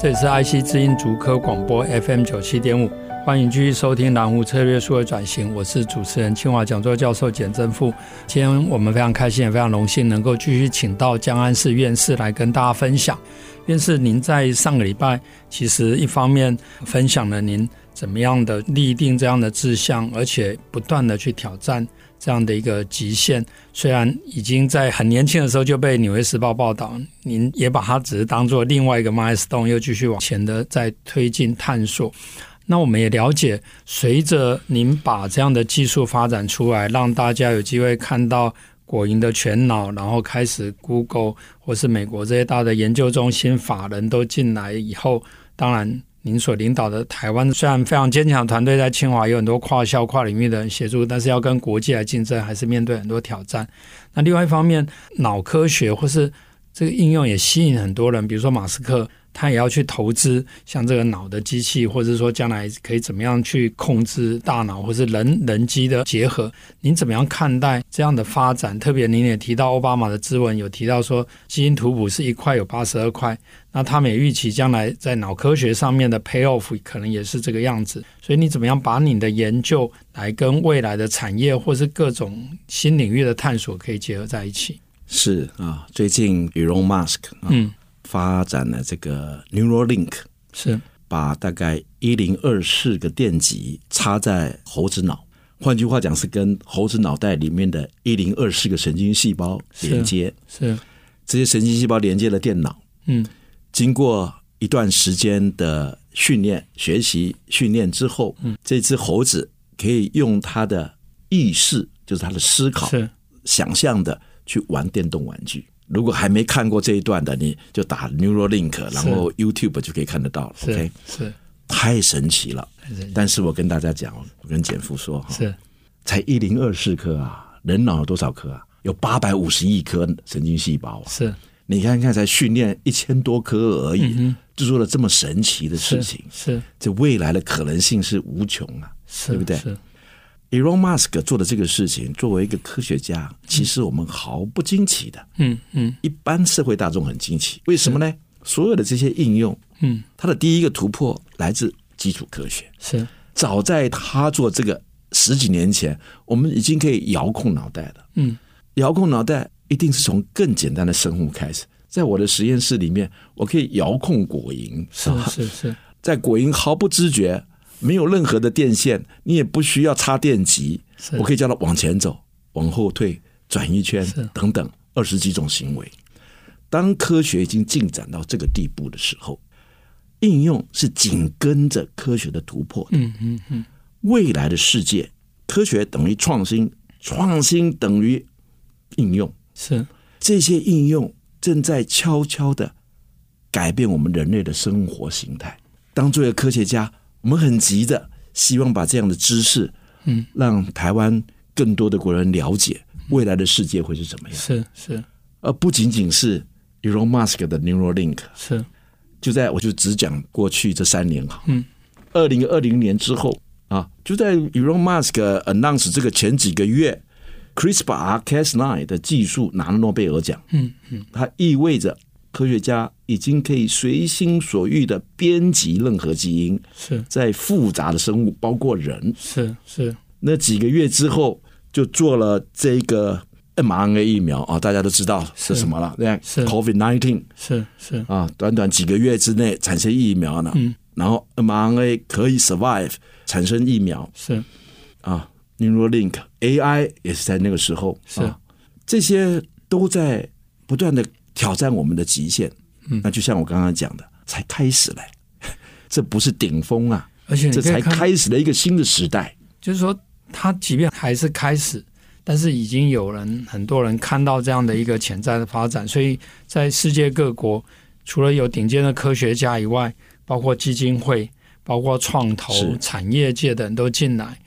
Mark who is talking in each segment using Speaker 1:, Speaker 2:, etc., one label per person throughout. Speaker 1: 这里是 IC 知音竹科广播 FM 九七点五，欢迎继续收听《蓝湖策略数位转型》，我是主持人清华讲座教授简正富。今天我们非常开心，也非常荣幸能够继续请到江安市院士来跟大家分享。院士，您在上个礼拜其实一方面分享了您怎么样的立定这样的志向，而且不断的去挑战这样的一个极限。虽然已经在很年轻的时候就被《纽约时报》报道，您也把它只是当做另外一个 milestone，又继续往前的在推进探索。那我们也了解，随着您把这样的技术发展出来，让大家有机会看到果蝇的全脑，然后开始 Google 或是美国这些大的研究中心法人都进来以后，当然。您所领导的台湾虽然非常坚强的团队在清华有很多跨校跨领域的人协助，但是要跟国际来竞争，还是面对很多挑战。那另外一方面，脑科学或是这个应用也吸引很多人，比如说马斯克，他也要去投资像这个脑的机器，或者说将来可以怎么样去控制大脑，或是人人机的结合。您怎么样看待这样的发展？特别您也提到奥巴马的咨文有提到说，基因图谱是一块有八十二块。那他们也预期将来在脑科学上面的 payoff 可能也是这个样子，所以你怎么样把你的研究来跟未来的产业或是各种新领域的探索可以结合在一起？
Speaker 2: 是啊，最近 Elon Musk 啊、
Speaker 1: 嗯
Speaker 2: 发展了这个 Neuralink，
Speaker 1: 是
Speaker 2: 把大概一零二四个电极插在猴子脑，换句话讲是跟猴子脑袋里面的一零二四个神经细胞连接，
Speaker 1: 是，
Speaker 2: 这些神经细胞连接了电脑，
Speaker 1: 嗯
Speaker 2: 经过一段时间的训练、学习、训练之后，
Speaker 1: 嗯
Speaker 2: 这只猴子可以用它的意识，就是它的思考，
Speaker 1: 是
Speaker 2: 想象的去玩电动玩具。如果还没看过这一段的，你就打 Neuralink，然后 YouTube 就可以看得到了。OK，
Speaker 1: 是是
Speaker 2: 太神奇了！
Speaker 1: 神奇
Speaker 2: 但是我跟大家讲，我跟简夫说，哈，
Speaker 1: 是
Speaker 2: 才一零二四颗啊，人脑有多少颗啊？有八百五十亿颗神经细胞啊！
Speaker 1: 是
Speaker 2: 你看看，才训练一千多颗而已，就做了这么神奇的事情，
Speaker 1: 嗯是
Speaker 2: 这未来的可能性是无穷啊！
Speaker 1: 是，
Speaker 2: 对不对
Speaker 1: 是
Speaker 2: Elon Musk 做的这个事情，作为一个科学家，其实我们毫不惊奇的，
Speaker 1: 嗯嗯
Speaker 2: 一般社会大众很惊奇，为什么呢？所有的这些应用，
Speaker 1: 嗯，
Speaker 2: 它的第一个突破来自基础科学。
Speaker 1: 是
Speaker 2: 早在他做这个十几年前，我们已经可以遥控脑袋了。
Speaker 1: 嗯，
Speaker 2: 遥控脑袋一定是从更简单的生物开始。在我的实验室里面，我可以遥控果蝇，是吧？
Speaker 1: 是是是
Speaker 2: 在果蝇毫不知觉，没有任何的电线，你也不需要插电极，
Speaker 1: 是
Speaker 2: 我可以叫它往前走、往后退、转一圈
Speaker 1: 是
Speaker 2: 等等，二十几种行为。当科学已经进展到这个地步的时候，应用是紧跟着科学的突破的。
Speaker 1: 嗯嗯嗯
Speaker 2: 未来的世界，科学等于创新，创新等于应用，
Speaker 1: 是
Speaker 2: 这些应用正在悄悄的改变我们人类的生活形态。当作为科学家，我们很急的希望把这样的知识，
Speaker 1: 嗯，
Speaker 2: 让台湾更多的国人了解未来的世界会是怎么样，
Speaker 1: 是是
Speaker 2: 而不仅仅是 Elon Musk 的 Neuralink。
Speaker 1: 是
Speaker 2: 就在我就只讲过去这三年哈，
Speaker 1: 嗯，
Speaker 2: 二零二零年之后啊，就在 Elon Musk announce 这个前几个月，CRISPR-Cas9 的技术拿了诺贝尔奖，
Speaker 1: 嗯
Speaker 2: 嗯，它意味着科学家已经可以随心所欲的编辑任何基因，
Speaker 1: 是
Speaker 2: 在复杂的生物，包括人。
Speaker 1: 是是
Speaker 2: 那几个月之后，就做了这个 mRNA 疫苗啊，大家都知道是什么了，对
Speaker 1: 是
Speaker 2: ，COVID nineteen。
Speaker 1: 是是
Speaker 2: 啊，短短几个月之内产生疫苗呢，
Speaker 1: 嗯
Speaker 2: 然后 mRNA 可以 survive 产生疫苗
Speaker 1: 是
Speaker 2: 啊，Neuralink AI 也是在那个时候，
Speaker 1: 是
Speaker 2: 啊、这些都在不断的挑战我们的极限。嗯，那就像我刚刚讲的，才开始嘞， 这不是顶峰啊，
Speaker 1: 而且你
Speaker 2: 这
Speaker 1: 可以
Speaker 2: 才
Speaker 1: 看
Speaker 2: 开始了一个新的时代。
Speaker 1: 就是说，它即便还是开始，但是已经有人很多人看到这样的一个潜在的发展，所以在世界各国，除了有顶尖的科学家以外，包括基金会、包括创投
Speaker 2: 是、
Speaker 1: 产业界的人都进来。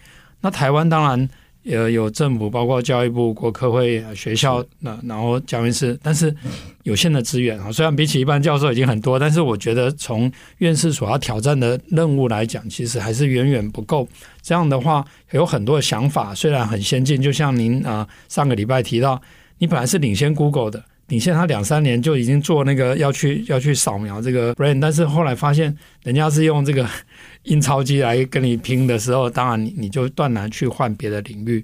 Speaker 1: 那台湾当然呃有政府，包括教育部、国科会、呃学校，那、然后教研室，但是有限的资源啊，虽然比起一般教授已经很多，但是我觉得从院士所要挑战的任务来讲，其实还是远远不够。这样的话，有很多的想法虽然很先进，就像您啊、呃上个礼拜提到，你本来是领先 Google 的，领先它两三年就已经做那个要去要去扫描这个 brain，但是后来发现人家是用这个 印钞机来跟你拼的时候，当然你你就断然去换别的领域。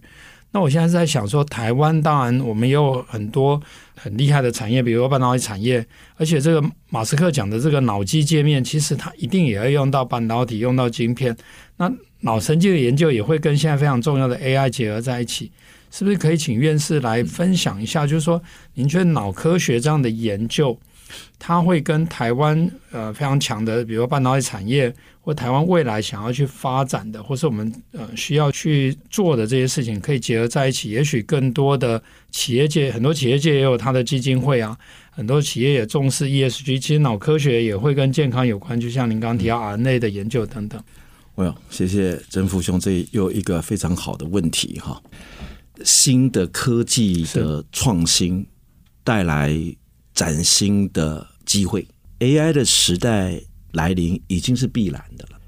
Speaker 1: 那我现在是在想说，台湾当然我们也有很多很厉害的产业，比如说半导体产业，而且这个马斯克讲的这个脑机界面，其实它一定也要用到半导体，用到晶片。那脑神经的研究也会跟现在非常重要的 AI 结合在一起，是不是可以请院士来分享一下？就是说，您觉得脑科学这样的研究，它会跟台湾呃非常强的，比如说半导体产业或台湾未来想要去发展的，或是我们呃需要去做的这些事情，可以结合在一起。也许更多的企业界，很多企业界也有它的基金会啊，很多企业也重视 ESG。其实脑科学也会跟健康有关，就像您刚提到 RNA 的研究等等。
Speaker 2: well，谢谢曾福兄，这又一个非常好的问题哈。新的科技的创新带来崭新的机会，AI 的时代来临已经是必然的了。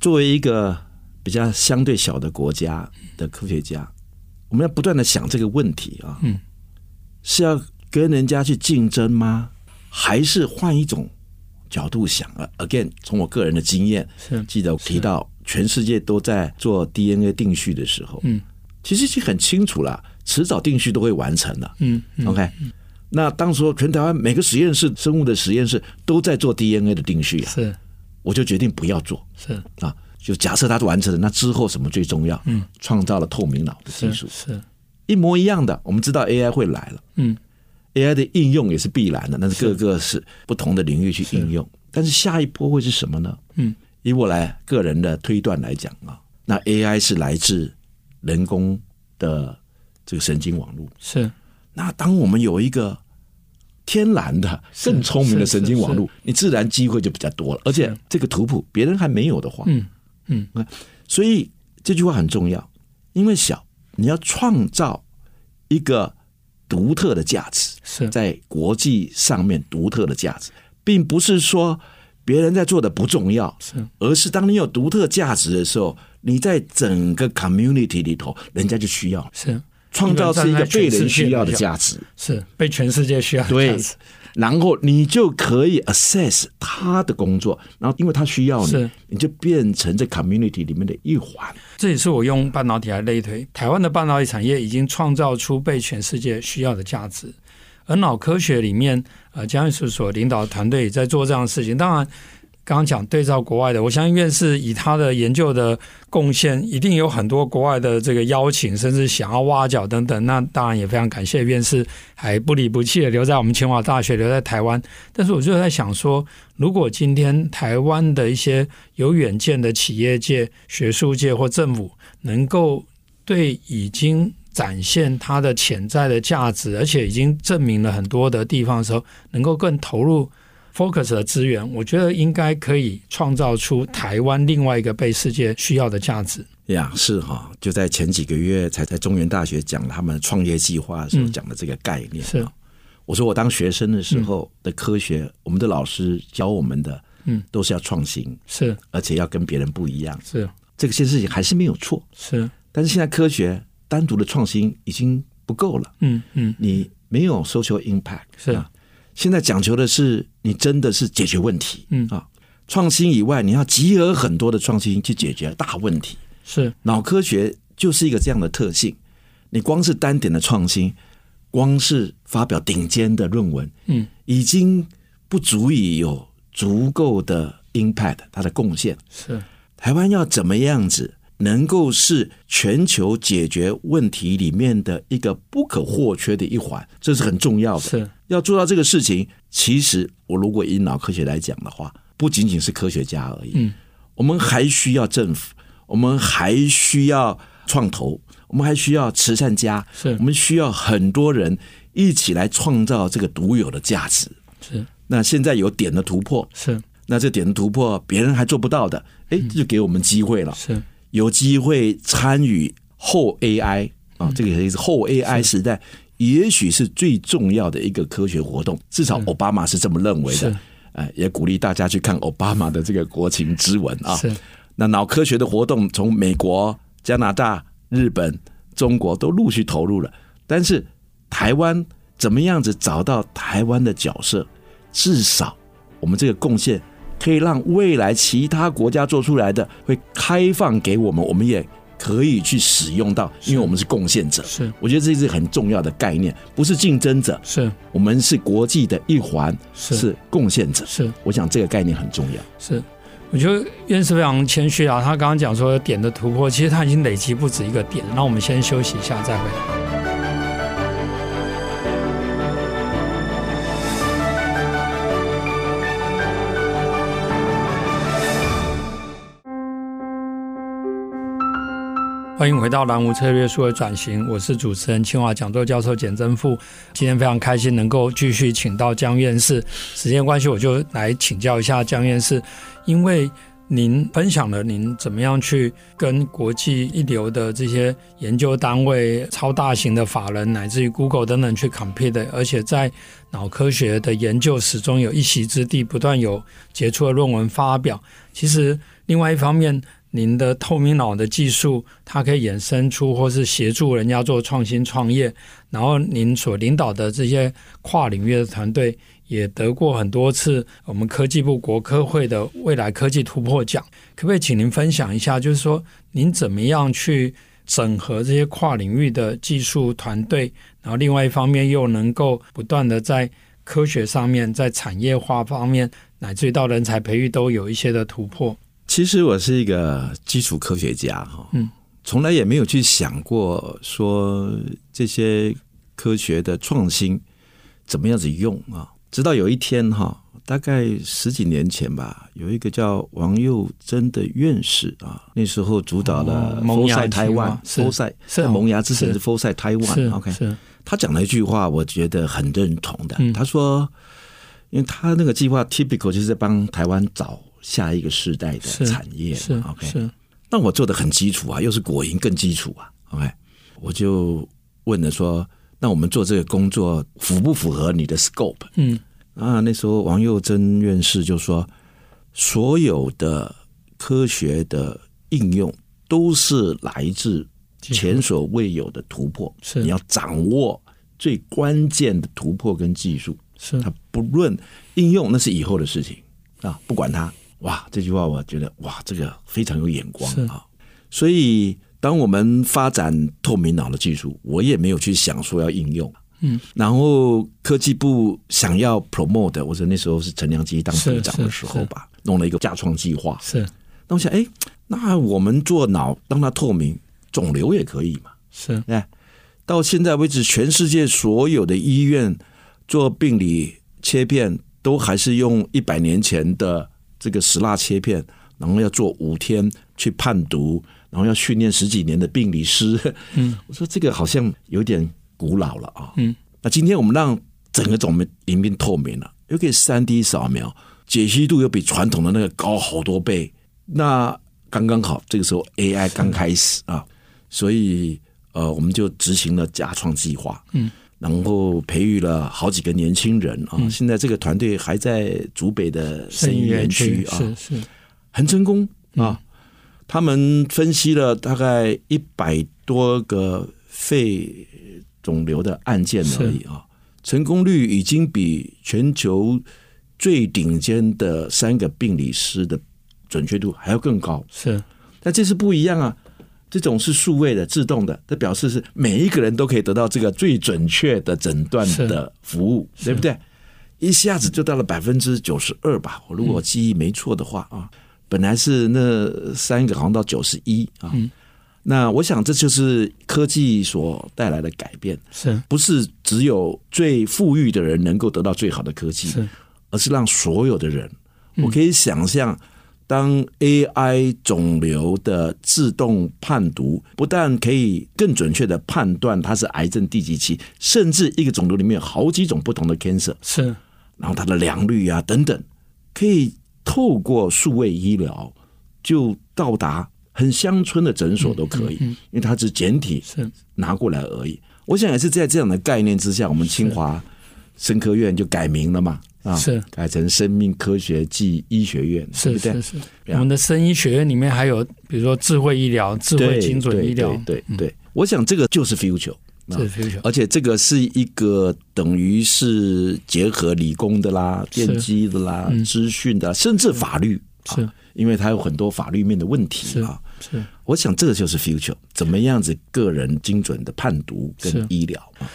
Speaker 2: 作为一个比较相对小的国家的科学家，我们要不断的想这个问题啊，
Speaker 1: 嗯，
Speaker 2: 是要跟人家去竞争吗？还是换一种角度想啊？Again，从我个人的经验，
Speaker 1: 是
Speaker 2: 记得我提到全世界都在做 DNA 定序的时候，
Speaker 1: 嗯，
Speaker 2: 其实已经很清楚了，迟早定序都会完成的。
Speaker 1: 嗯嗯
Speaker 2: OK，那当时候全台湾每个实验室生物的实验室都在做 DNA 的定序啊，
Speaker 1: 是
Speaker 2: 我就决定不要做
Speaker 1: 是
Speaker 2: 啊。就假设它完成了，那之后什么最重要？嗯，创造了透明脑的技
Speaker 1: 是
Speaker 2: 术，
Speaker 1: 是，
Speaker 2: 一模一样的。我们知道 AI 会来了，
Speaker 1: 嗯
Speaker 2: ，AI 的应用也是必然的，那是各个是不同的领域去应用。但是下一波会是什么呢？
Speaker 1: 嗯，
Speaker 2: 以我来个人的推断来讲啊，那 AI 是来自人工的这个神经网络。
Speaker 1: 是
Speaker 2: 那当我们有一个天然的、更聪明的神经网络，你自然机会就比较多了。而且这个图谱别人还没有的话，
Speaker 1: 嗯嗯，
Speaker 2: 所以这句话很重要，因为小你要创造一个独特的价值，
Speaker 1: 是
Speaker 2: 在国际上面独特的价值，并不是说别人在做的不重要，
Speaker 1: 是
Speaker 2: 而是当你有独特价值的时候，你在整个 community 里头，人家就需要
Speaker 1: 是
Speaker 2: 创造是一个被人需要的价值，
Speaker 1: 是被全世界需要的价
Speaker 2: 对
Speaker 1: 值，
Speaker 2: 然后你就可以 assess 他的工作，然后因为他需要你
Speaker 1: 是，
Speaker 2: 你就变成这 community 里面的一环。
Speaker 1: 这也是我用半导体来类推。台湾的半导体产业已经创造出被全世界需要的价值，而脑科学里面，呃，江玉树所领导的团队也在做这样的事情。当然，刚刚讲对照国外的，我相信院士以他的研究的贡献，一定有很多国外的这个邀请，甚至想要挖角等等。那当然也非常感谢院士还不离不弃的留在我们清华大学，留在台湾。但是我就在想说，如果今天台湾的一些有远见的企业界、学术界或政府，能够对已经展现它的潜在的价值，而且已经证明了很多的地方的时候，能够更投入 focus 的资源，我觉得应该可以创造出台湾另外一个被世界需要的价值。
Speaker 2: 呀，是哈、就在前几个月才在中原大学讲他们创业计划的时候
Speaker 1: 嗯
Speaker 2: 讲的这个概念。啊
Speaker 1: 是
Speaker 2: 我说我当学生的时候的科学，我们的老师教我们的，
Speaker 1: 嗯，
Speaker 2: 都是要创新，
Speaker 1: 是
Speaker 2: 而且要跟别人不一样。
Speaker 1: 是
Speaker 2: 这些事情还是没有错，
Speaker 1: 是，
Speaker 2: 但是现在科学单独的创新已经不够了，
Speaker 1: 嗯嗯
Speaker 2: 你没有 social impact
Speaker 1: 是
Speaker 2: 啊现在讲求的是你真的是解决问题，
Speaker 1: 嗯
Speaker 2: 啊，创新以外，你要集合很多的创新去解决大问题。
Speaker 1: 是
Speaker 2: 脑科学就是一个这样的特性，你光是单点的创新，光是发表顶尖的论文，
Speaker 1: 嗯，
Speaker 2: 已经不足以有足够的 impact 它的贡献。
Speaker 1: 是
Speaker 2: 台湾要怎么样子能够是全球解决问题里面的一个不可或缺的一环，这是很重要的。
Speaker 1: 是
Speaker 2: 要做到这个事情，其实我如果以脑科学来讲的话，不仅仅是科学家而已，
Speaker 1: 嗯，
Speaker 2: 我们还需要政府，我们还需要创投，我们还需要慈善家，
Speaker 1: 是
Speaker 2: 我们需要很多人一起来创造这个独有的价值。
Speaker 1: 是
Speaker 2: 那现在有点的突破，
Speaker 1: 是
Speaker 2: 那这点的突破别人还做不到的，哎，这就给我们机会了。
Speaker 1: 嗯是
Speaker 2: 有机会参与后 AI 啊，
Speaker 1: 嗯
Speaker 2: 这个也是后 AI 时代，也许是最重要的一个科学活动，至少奥巴马是这么认为
Speaker 1: 嗯是
Speaker 2: 的。哎，也鼓励大家去看奥巴马的这个国情之文啊。
Speaker 1: 是
Speaker 2: 那脑科学的活动从美国、加拿大、日本、中国都陆续投入了，但是台湾怎么样子找到台湾的角色？至少我们这个贡献可以让未来其他国家做出来的会开放给我们，我们也可以去使用到，因为我们是贡献者。
Speaker 1: 是
Speaker 2: 我觉得这是很重要的概念，不是竞争者，
Speaker 1: 是
Speaker 2: 我们是国际的一环，
Speaker 1: 是
Speaker 2: 是贡献者。
Speaker 1: 是
Speaker 2: 我想这个概念很重要。
Speaker 1: 是，我觉得院士非常谦虚啊，他刚刚讲说点的突破，其实他已经累积不止一个点。那我们先休息一下再回来。欢迎回到蓝湖策略数的转型，我是主持人清华讲座教授简真富。今天非常开心能够继续请到江院士，时间关系我就来请教一下江院士，因为您分享了您怎么样去跟国际一流的这些研究单位、超大型的法人，乃至于 Google 等等去 compete 的，而且在脑科学的研究始终有一席之地，不断有杰出的论文发表。其实另外一方面，您的透明脑的技术，它可以衍生出或是协助人家做创新创业，然后您所领导的这些跨领域的团队，也得过很多次我们科技部国科会的未来科技突破奖。可不可以请您分享一下，就是说您怎么样去整合这些跨领域的技术团队，然后另外一方面又能够不断的在科学上面、在产业化方面，乃至于到人才培育都有一些的突破。
Speaker 2: 其实我是一个基础科学家哈，
Speaker 1: 嗯，
Speaker 2: 从来也没有去想过说这些科学的创新怎么样子用啊。直到有一天哈，大概十几年前吧，有一个叫王佑珍的院士啊，那时候主导了
Speaker 1: 哦萌
Speaker 2: 佛
Speaker 1: 芽
Speaker 2: 赛台
Speaker 1: 计
Speaker 2: 湾
Speaker 1: 划，是
Speaker 2: 佛赛
Speaker 1: 是
Speaker 2: 在萌芽之前
Speaker 1: 是
Speaker 2: 是佛赛台湾
Speaker 1: 是
Speaker 2: ，OK，
Speaker 1: 是
Speaker 2: 他讲了一句话，我觉得很认同的
Speaker 1: 嗯。
Speaker 2: 他说，因为他那个计划 typical 就是在帮台湾找下一个世代
Speaker 1: 是
Speaker 2: 的产业
Speaker 1: 是
Speaker 2: 嘛，OK，
Speaker 1: 是
Speaker 2: 那我做的很基础啊，又是果蝇更基础啊，OK，我就问了说，那我们做这个工作符不符合你的 scope？
Speaker 1: 嗯
Speaker 2: 啊，那时候王佑珍院士就说，所有的科学的应用都是来自前所未有的突破，
Speaker 1: 是
Speaker 2: 你要掌握最关键的突破跟技术。
Speaker 1: 是
Speaker 2: 它不论应用，那是以后的事情啊，不管它。哇，这句话我觉得哇，这个非常有眼光
Speaker 1: 是
Speaker 2: 啊。所以，当我们发展透明脑的技术，我也没有去想说要应用。
Speaker 1: 嗯，
Speaker 2: 然后科技部想要 promote，我者那时候是陈良基当
Speaker 1: 是
Speaker 2: 部长的
Speaker 1: 是
Speaker 2: 时候
Speaker 1: 是
Speaker 2: 吧，弄了一个架创计划。
Speaker 1: 是
Speaker 2: 那我想，哎，那我们做脑让它透明，肿瘤也可以嘛？
Speaker 1: 是
Speaker 2: 哎，到现在为止，全世界所有的医院做病理切片都还是用一百年前的这个石蜡切片，然后要做五天去判读，然后要训练十几年的病理师。嗯， 我说这个好像有点古老了啊。
Speaker 1: 嗯，
Speaker 2: 那今天我们让整个种里面透明了，又可以三 D 扫描，解析度又比传统的那个高好多倍。那刚刚好，这个时候 AI 刚开始啊，所以呃，我们就执行了假创计划，
Speaker 1: 嗯，
Speaker 2: 然后培育了好几个年轻人啊。现在这个团队还在竹北的生
Speaker 1: 生
Speaker 2: 意
Speaker 1: 意
Speaker 2: 园
Speaker 1: 园
Speaker 2: 区
Speaker 1: 区
Speaker 2: 啊，
Speaker 1: 是嗯是
Speaker 2: 很成功啊。他们分析了大概一百多个肺肿瘤的案件而已啊，成功率已经比全球最顶尖的三个病理师的准确度还要更高。
Speaker 1: 是
Speaker 2: 但这次不一样啊，这种是数位的、自动的，这表示是每一个人都可以得到这个最准确的诊断的服务，对不对？一下子就到了百分之九十二吧，我如果记忆没错的话啊，本来是那三个好像到九十一啊。那我想这就是科技所带来的改变，
Speaker 1: 是
Speaker 2: 不是只有最富裕的人能够得到最好的科技，
Speaker 1: 是
Speaker 2: 而是让所有的人，我可以想象当 AI 肿瘤的自动判读不但可以更准确的判断它是癌症第几期，甚至一个肿瘤里面有好几种不同的 cancer，
Speaker 1: 是
Speaker 2: 然后它的良率啊等等，可以透过数位医疗就到达很乡村的诊所都
Speaker 1: 嗯
Speaker 2: 可以，因为它只简体
Speaker 1: 是
Speaker 2: 拿过来而已。我想也是在这样的概念之下，我们清华生科院就改名了嘛，啊，
Speaker 1: 是
Speaker 2: 改成生命科学暨医学院，对
Speaker 1: 是
Speaker 2: 不对
Speaker 1: 是？是，
Speaker 2: 对
Speaker 1: 我
Speaker 2: 啊
Speaker 1: 们的生医学院里面还有比如说智慧医疗、智慧
Speaker 2: 对
Speaker 1: 精准
Speaker 2: 对
Speaker 1: 医疗，嗯
Speaker 2: 对对对，我想这个就是 future。啊
Speaker 1: 这是 future
Speaker 2: 而且这个是一个等于是结合理工的啦、
Speaker 1: 是嗯
Speaker 2: 电机的啦、资讯的啦，甚至法律，啊
Speaker 1: 是
Speaker 2: 因为它有很多法律面的问题
Speaker 1: 是
Speaker 2: 啊。
Speaker 1: 是。
Speaker 2: 我想这个就是 future，怎么样子个人精准的判读
Speaker 1: 是
Speaker 2: 跟医疗啊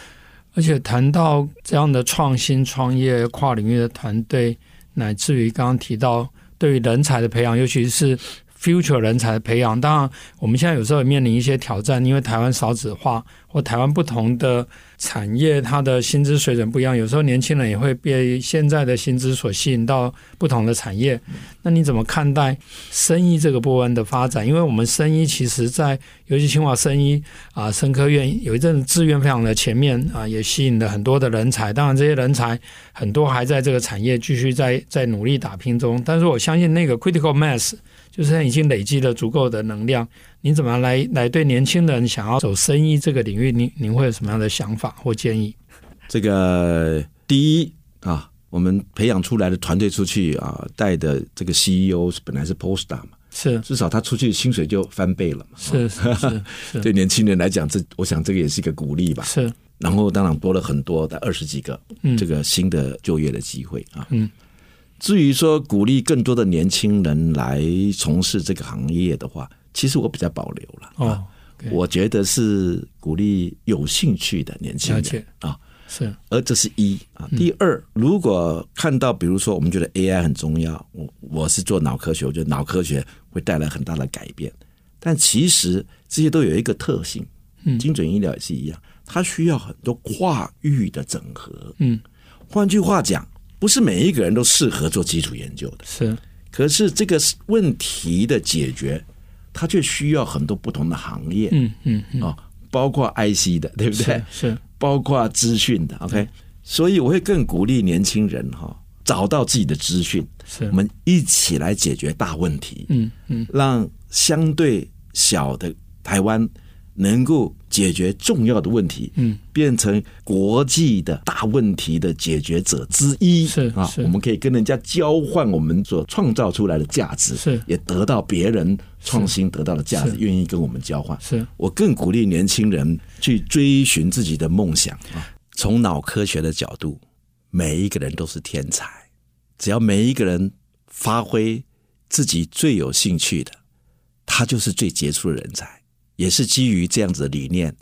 Speaker 1: 而且谈到这样的创新、创业、跨领域的团队，乃至于刚刚提到对于人才的培养，尤其是 future 人才的培养，当然我们现在有时候也面临一些挑战，因为台湾少子化或台湾不同的产业，它的薪资水准不一样，有时候年轻人也会被现在的薪资所吸引到不同的产业。那你怎么看待生医这个部分的发展？因为我们生医其实在，尤其清华生医啊，生科院有一阵子志愿非常的前面啊，也吸引了很多的人才。当然，这些人才很多还在这个产业继续在在努力打拼中。但是我相信那个 critical mass 就是已经累积了足够的能量。你怎么样来来对年轻人想要走生意这个领域，您您会有什么样的想法或建议？
Speaker 2: 这个第一啊，我们培养出来的团队出去啊，带的这个 CEO 本来是 Posta 嘛，
Speaker 1: 是
Speaker 2: 至少他出去薪水就翻倍了嘛。
Speaker 1: 是是是是
Speaker 2: 对年轻人来讲，这我想这个也是一个鼓励 吧。
Speaker 1: 是
Speaker 2: 然后当然多了很多的二十几个
Speaker 1: 嗯
Speaker 2: 这个新的就业的机会啊。
Speaker 1: 嗯，
Speaker 2: 至于说鼓励更多的年轻人来从事这个行业的话，其实我比较保留了。
Speaker 1: 哦，OK，
Speaker 2: 我觉得是鼓励有兴趣的年轻
Speaker 1: 了解
Speaker 2: 人啊，
Speaker 1: 是
Speaker 2: 而这是一啊。
Speaker 1: 嗯
Speaker 2: 第二，如果看到比如说我们觉得 AI 很重要，我我是做脑科学，我觉得脑科学会带来很大的改变，但其实这些都有一个特性，
Speaker 1: 嗯
Speaker 2: 精准医疗也是一样，它需要很多跨域的整合。
Speaker 1: 嗯
Speaker 2: 换句话讲，不是每一个人都适合做基础研究的，
Speaker 1: 是
Speaker 2: 可是这个问题的解决，它却需要很多不同的行业
Speaker 1: 嗯嗯嗯
Speaker 2: 啊，包括 IC 的，对不对
Speaker 1: 是？是
Speaker 2: 包括资讯
Speaker 1: 嗯
Speaker 2: 的，OK，所以我会更鼓励年轻人哈，找到自己的资讯，
Speaker 1: 是
Speaker 2: 我们一起来解决大问题，
Speaker 1: 嗯嗯
Speaker 2: 让相对小的台湾能够解决重要的问题，
Speaker 1: 嗯，
Speaker 2: 变成国际的大问题的解决者之一，
Speaker 1: 是
Speaker 2: 啊
Speaker 1: 是，
Speaker 2: 我们可以跟人家交换我们所创造出来的价值，
Speaker 1: 是
Speaker 2: 也得到别人创新得到的价值
Speaker 1: 是，
Speaker 2: 愿意跟我们交换，
Speaker 1: 是
Speaker 2: 我更鼓励年轻人去追寻自己的梦想啊。从脑科学的角度，每一个人都是天才，只要每一个人发挥自己最有兴趣的，他就是最杰出的人才。也是基于这样子的理念，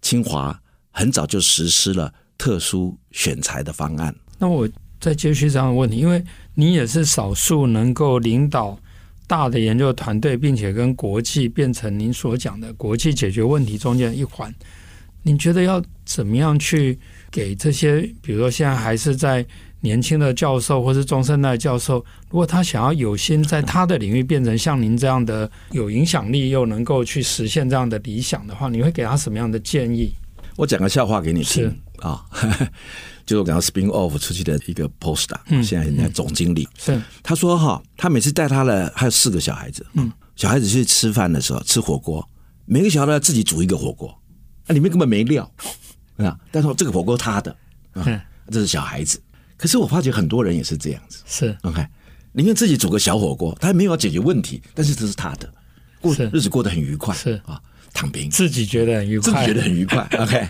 Speaker 2: 清华很早就实施了特殊选材的方案。
Speaker 1: 那我再接续这样的问题，因为你也是少数能够领导大的研究团队，并且跟国际变成您所讲的国际解决问题中间的一环。你觉得要怎么样去给这些，比如说现在还是在年轻的教授或是中生代教授，如果他想要有心在他的领域变成像您这样的有影响力，又能够去实现这样的理想的话，你会给他什么样的建议？
Speaker 2: 我讲个笑话给你听
Speaker 1: 是
Speaker 2: 啊， 就是我刚刚 spin off 出去的一个 poster，、
Speaker 1: 嗯
Speaker 2: 现在人家总经理。
Speaker 1: 是
Speaker 2: 他说哈，他每次带他的还有四个小孩子，嗯，小孩子去吃饭的时候吃火锅，每个小孩都要自己煮一个火锅，啊，里面根本没料 啊，但是这个火锅他的，啊
Speaker 1: 嗯，
Speaker 2: 这是小孩子。可是我发觉很多人也是这样子
Speaker 1: 是
Speaker 2: ，OK，宁愿自己煮个小火锅，他没有要解决问题，但是这是他的，过
Speaker 1: 是
Speaker 2: 日子过得很愉快，
Speaker 1: 是
Speaker 2: 啊，躺平，
Speaker 1: 自己觉得很愉
Speaker 2: 自己
Speaker 1: 快，
Speaker 2: 觉得很 愉快，OK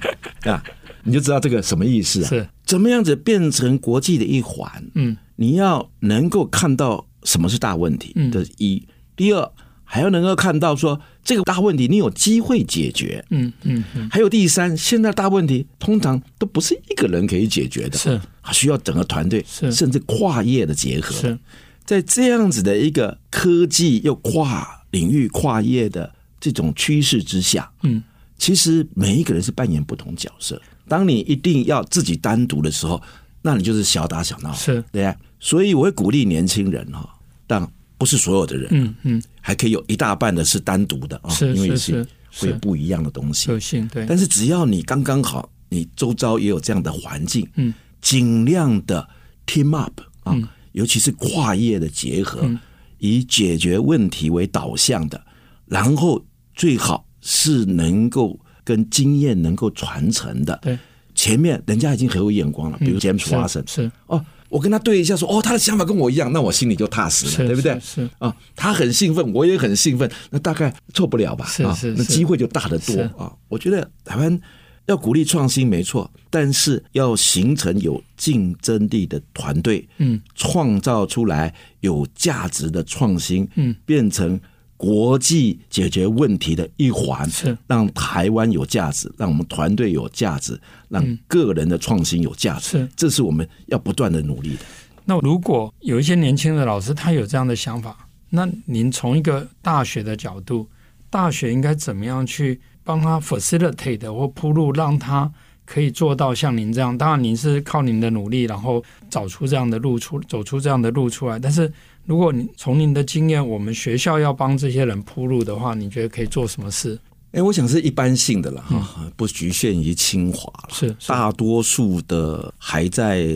Speaker 2: 啊，你就知道这个什么意思啊？
Speaker 1: 是
Speaker 2: 怎么样子变成国际的一环？
Speaker 1: 嗯，
Speaker 2: 你要能够看到什么是大问题，
Speaker 1: 嗯
Speaker 2: 这是一。第二，还要能够看到说这个大问题你有机会解决。
Speaker 1: 嗯嗯嗯
Speaker 2: 还有第三，现在大问题通常都不是一个人可以解决的，
Speaker 1: 是
Speaker 2: 还需要整个团队，
Speaker 1: 是
Speaker 2: 甚至跨业的结合。
Speaker 1: 是
Speaker 2: 在这样子的一个科技又跨领域、跨业的这种趋势之下，
Speaker 1: 嗯。
Speaker 2: 其实每一个人是扮演不同角色。当你一定要自己单独的时候，那你就是小打小闹，
Speaker 1: 是
Speaker 2: 对不对。所以我会鼓励年轻人哈，当不是所有的人，
Speaker 1: 嗯嗯，
Speaker 2: 还可以有一大半的是单独的啊，
Speaker 1: 是
Speaker 2: 因为有
Speaker 1: 是是
Speaker 2: 些会有
Speaker 1: 是
Speaker 2: 不一样的东西。
Speaker 1: 有幸对，
Speaker 2: 但是只要你刚刚好，你周遭也有这样的环境，
Speaker 1: 嗯，
Speaker 2: 尽量的 team up 啊，尤其是跨业的结合，
Speaker 1: 嗯
Speaker 2: 以解决问题为导向的，然后最好是能够跟经验能够传承的。
Speaker 1: 对，嗯
Speaker 2: 前面人家已经很有眼光了，比如 James
Speaker 1: 是
Speaker 2: Watson，
Speaker 1: 是
Speaker 2: 哦，我跟他对一下说，哦，他的想法跟我一样，那我心里就踏实
Speaker 1: 是
Speaker 2: 了，对不对？
Speaker 1: 是是
Speaker 2: 啊，他很兴奋，我也很兴奋，那大概错不了吧？
Speaker 1: 是
Speaker 2: 啊
Speaker 1: 是
Speaker 2: 那
Speaker 1: 是
Speaker 2: 机会就大得
Speaker 1: 是
Speaker 2: 多啊。我觉得台湾要鼓励创新没错，但是要形成有竞争力的团队，
Speaker 1: 嗯，
Speaker 2: 创造出来有价值的创新，
Speaker 1: 嗯，
Speaker 2: 变成。国际解决问题的一环，
Speaker 1: 是
Speaker 2: 让台湾有价值，让我们团队有价值，让个人的创新有价值，
Speaker 1: 嗯是
Speaker 2: 这是我们要不断的努力的。
Speaker 1: 那如果有一些年轻的老师他有这样的想法，那您从一个大学的角度，大学应该怎么样去帮他 facilitate 或铺路，让他可以做到像您这样？当然，您是靠您的努力，然后找出这样的路出，走出这样的路出来。但是，如果你从您的经验，我们学校要帮这些人铺路的话，你觉得可以做什么事？
Speaker 2: 哎、我想是一般性的了哈，不局限于清华了。
Speaker 1: 是嗯是
Speaker 2: 大多数的还在，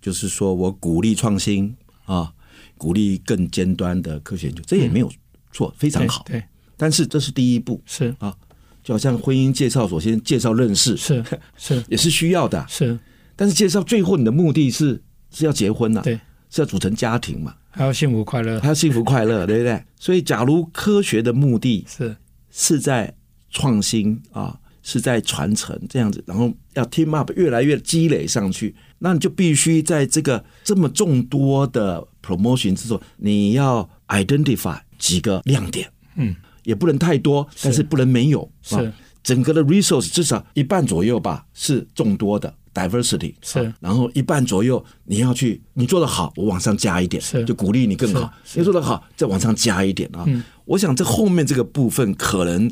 Speaker 2: 就是说我鼓励创新啊，鼓励更尖端的科学研究，这也没有错，非常好。
Speaker 1: 嗯对，对
Speaker 2: 但是这是第一步
Speaker 1: 是
Speaker 2: 啊，就好像婚姻介绍所先介绍认识
Speaker 1: 是是
Speaker 2: 也是需要的啊，
Speaker 1: 是，
Speaker 2: 但是介绍最后你的目的是是要结婚呐、啊
Speaker 1: 对，
Speaker 2: 是要组成家庭嘛，
Speaker 1: 还要幸福快乐，
Speaker 2: 他要幸福快乐，对不对？所以，假如科学的目的
Speaker 1: 是
Speaker 2: 是在创新啊，是在传承这样子，然后要 team up 越来越积累上去，那你就必须在这个这么众多的 promotion 之中，你要 identify 几个亮点，
Speaker 1: 嗯，
Speaker 2: 也不能太多，但是不能没有，
Speaker 1: 是
Speaker 2: 啊整个的 resource 至少一半左右吧，是众多的 diversity
Speaker 1: 是
Speaker 2: 啊然后一半左右你要去，你做得好，我往上加一点，
Speaker 1: 是
Speaker 2: 就鼓励你更好；
Speaker 1: 是嗯
Speaker 2: 你做得好，再往上加一点啊。我想这后面这个部分，可能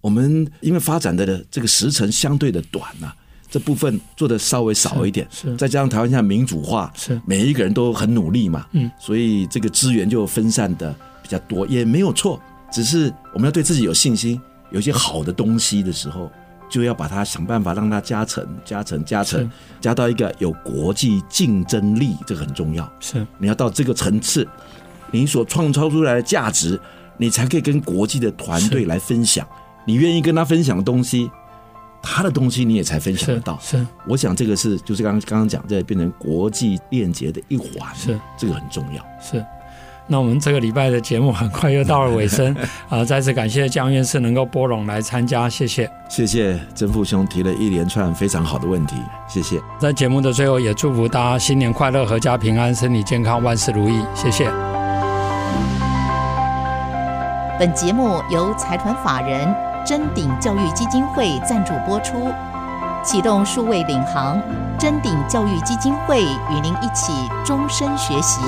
Speaker 2: 我们因为发展的这个时程相对的短呐、这部分做的稍微少一点，
Speaker 1: 是是
Speaker 2: 再加上台湾现在民主化，
Speaker 1: 是
Speaker 2: 每一个人都很努力嘛，
Speaker 1: 嗯，
Speaker 2: 所以这个资源就分散的比较多，也没有错，只是我们要对自己有信心，有一些好的东西的时候，就要把它想办法让它加成、加成、加成
Speaker 1: 是，
Speaker 2: 加到一个有国际竞争力，这个很重要。
Speaker 1: 是
Speaker 2: 你要到这个层次，你所创造出来的价值，你才可以跟国际的团队来分享。你愿意跟他分享的东西，他的东西你也才分享得
Speaker 1: 是
Speaker 2: 到。
Speaker 1: 是
Speaker 2: 我想这个是就是刚刚刚刚讲，这变成国际链接的一环，
Speaker 1: 是
Speaker 2: 这个很重要。
Speaker 1: 是。那我们这个礼拜的节目很快又到了尾声，啊、再次感谢江院士能够拨冗来参加，谢谢。
Speaker 2: 谢谢曾父兄提了一连串非常好的问题，谢谢。
Speaker 1: 在节目的最后，也祝福大家新年快乐、阖家平安、身体健康、万事如意，谢谢。
Speaker 3: 本节目由财团法人真鼎教育基金会赞助播出，启动数位领航，真鼎教育基金会与您一起终身学习。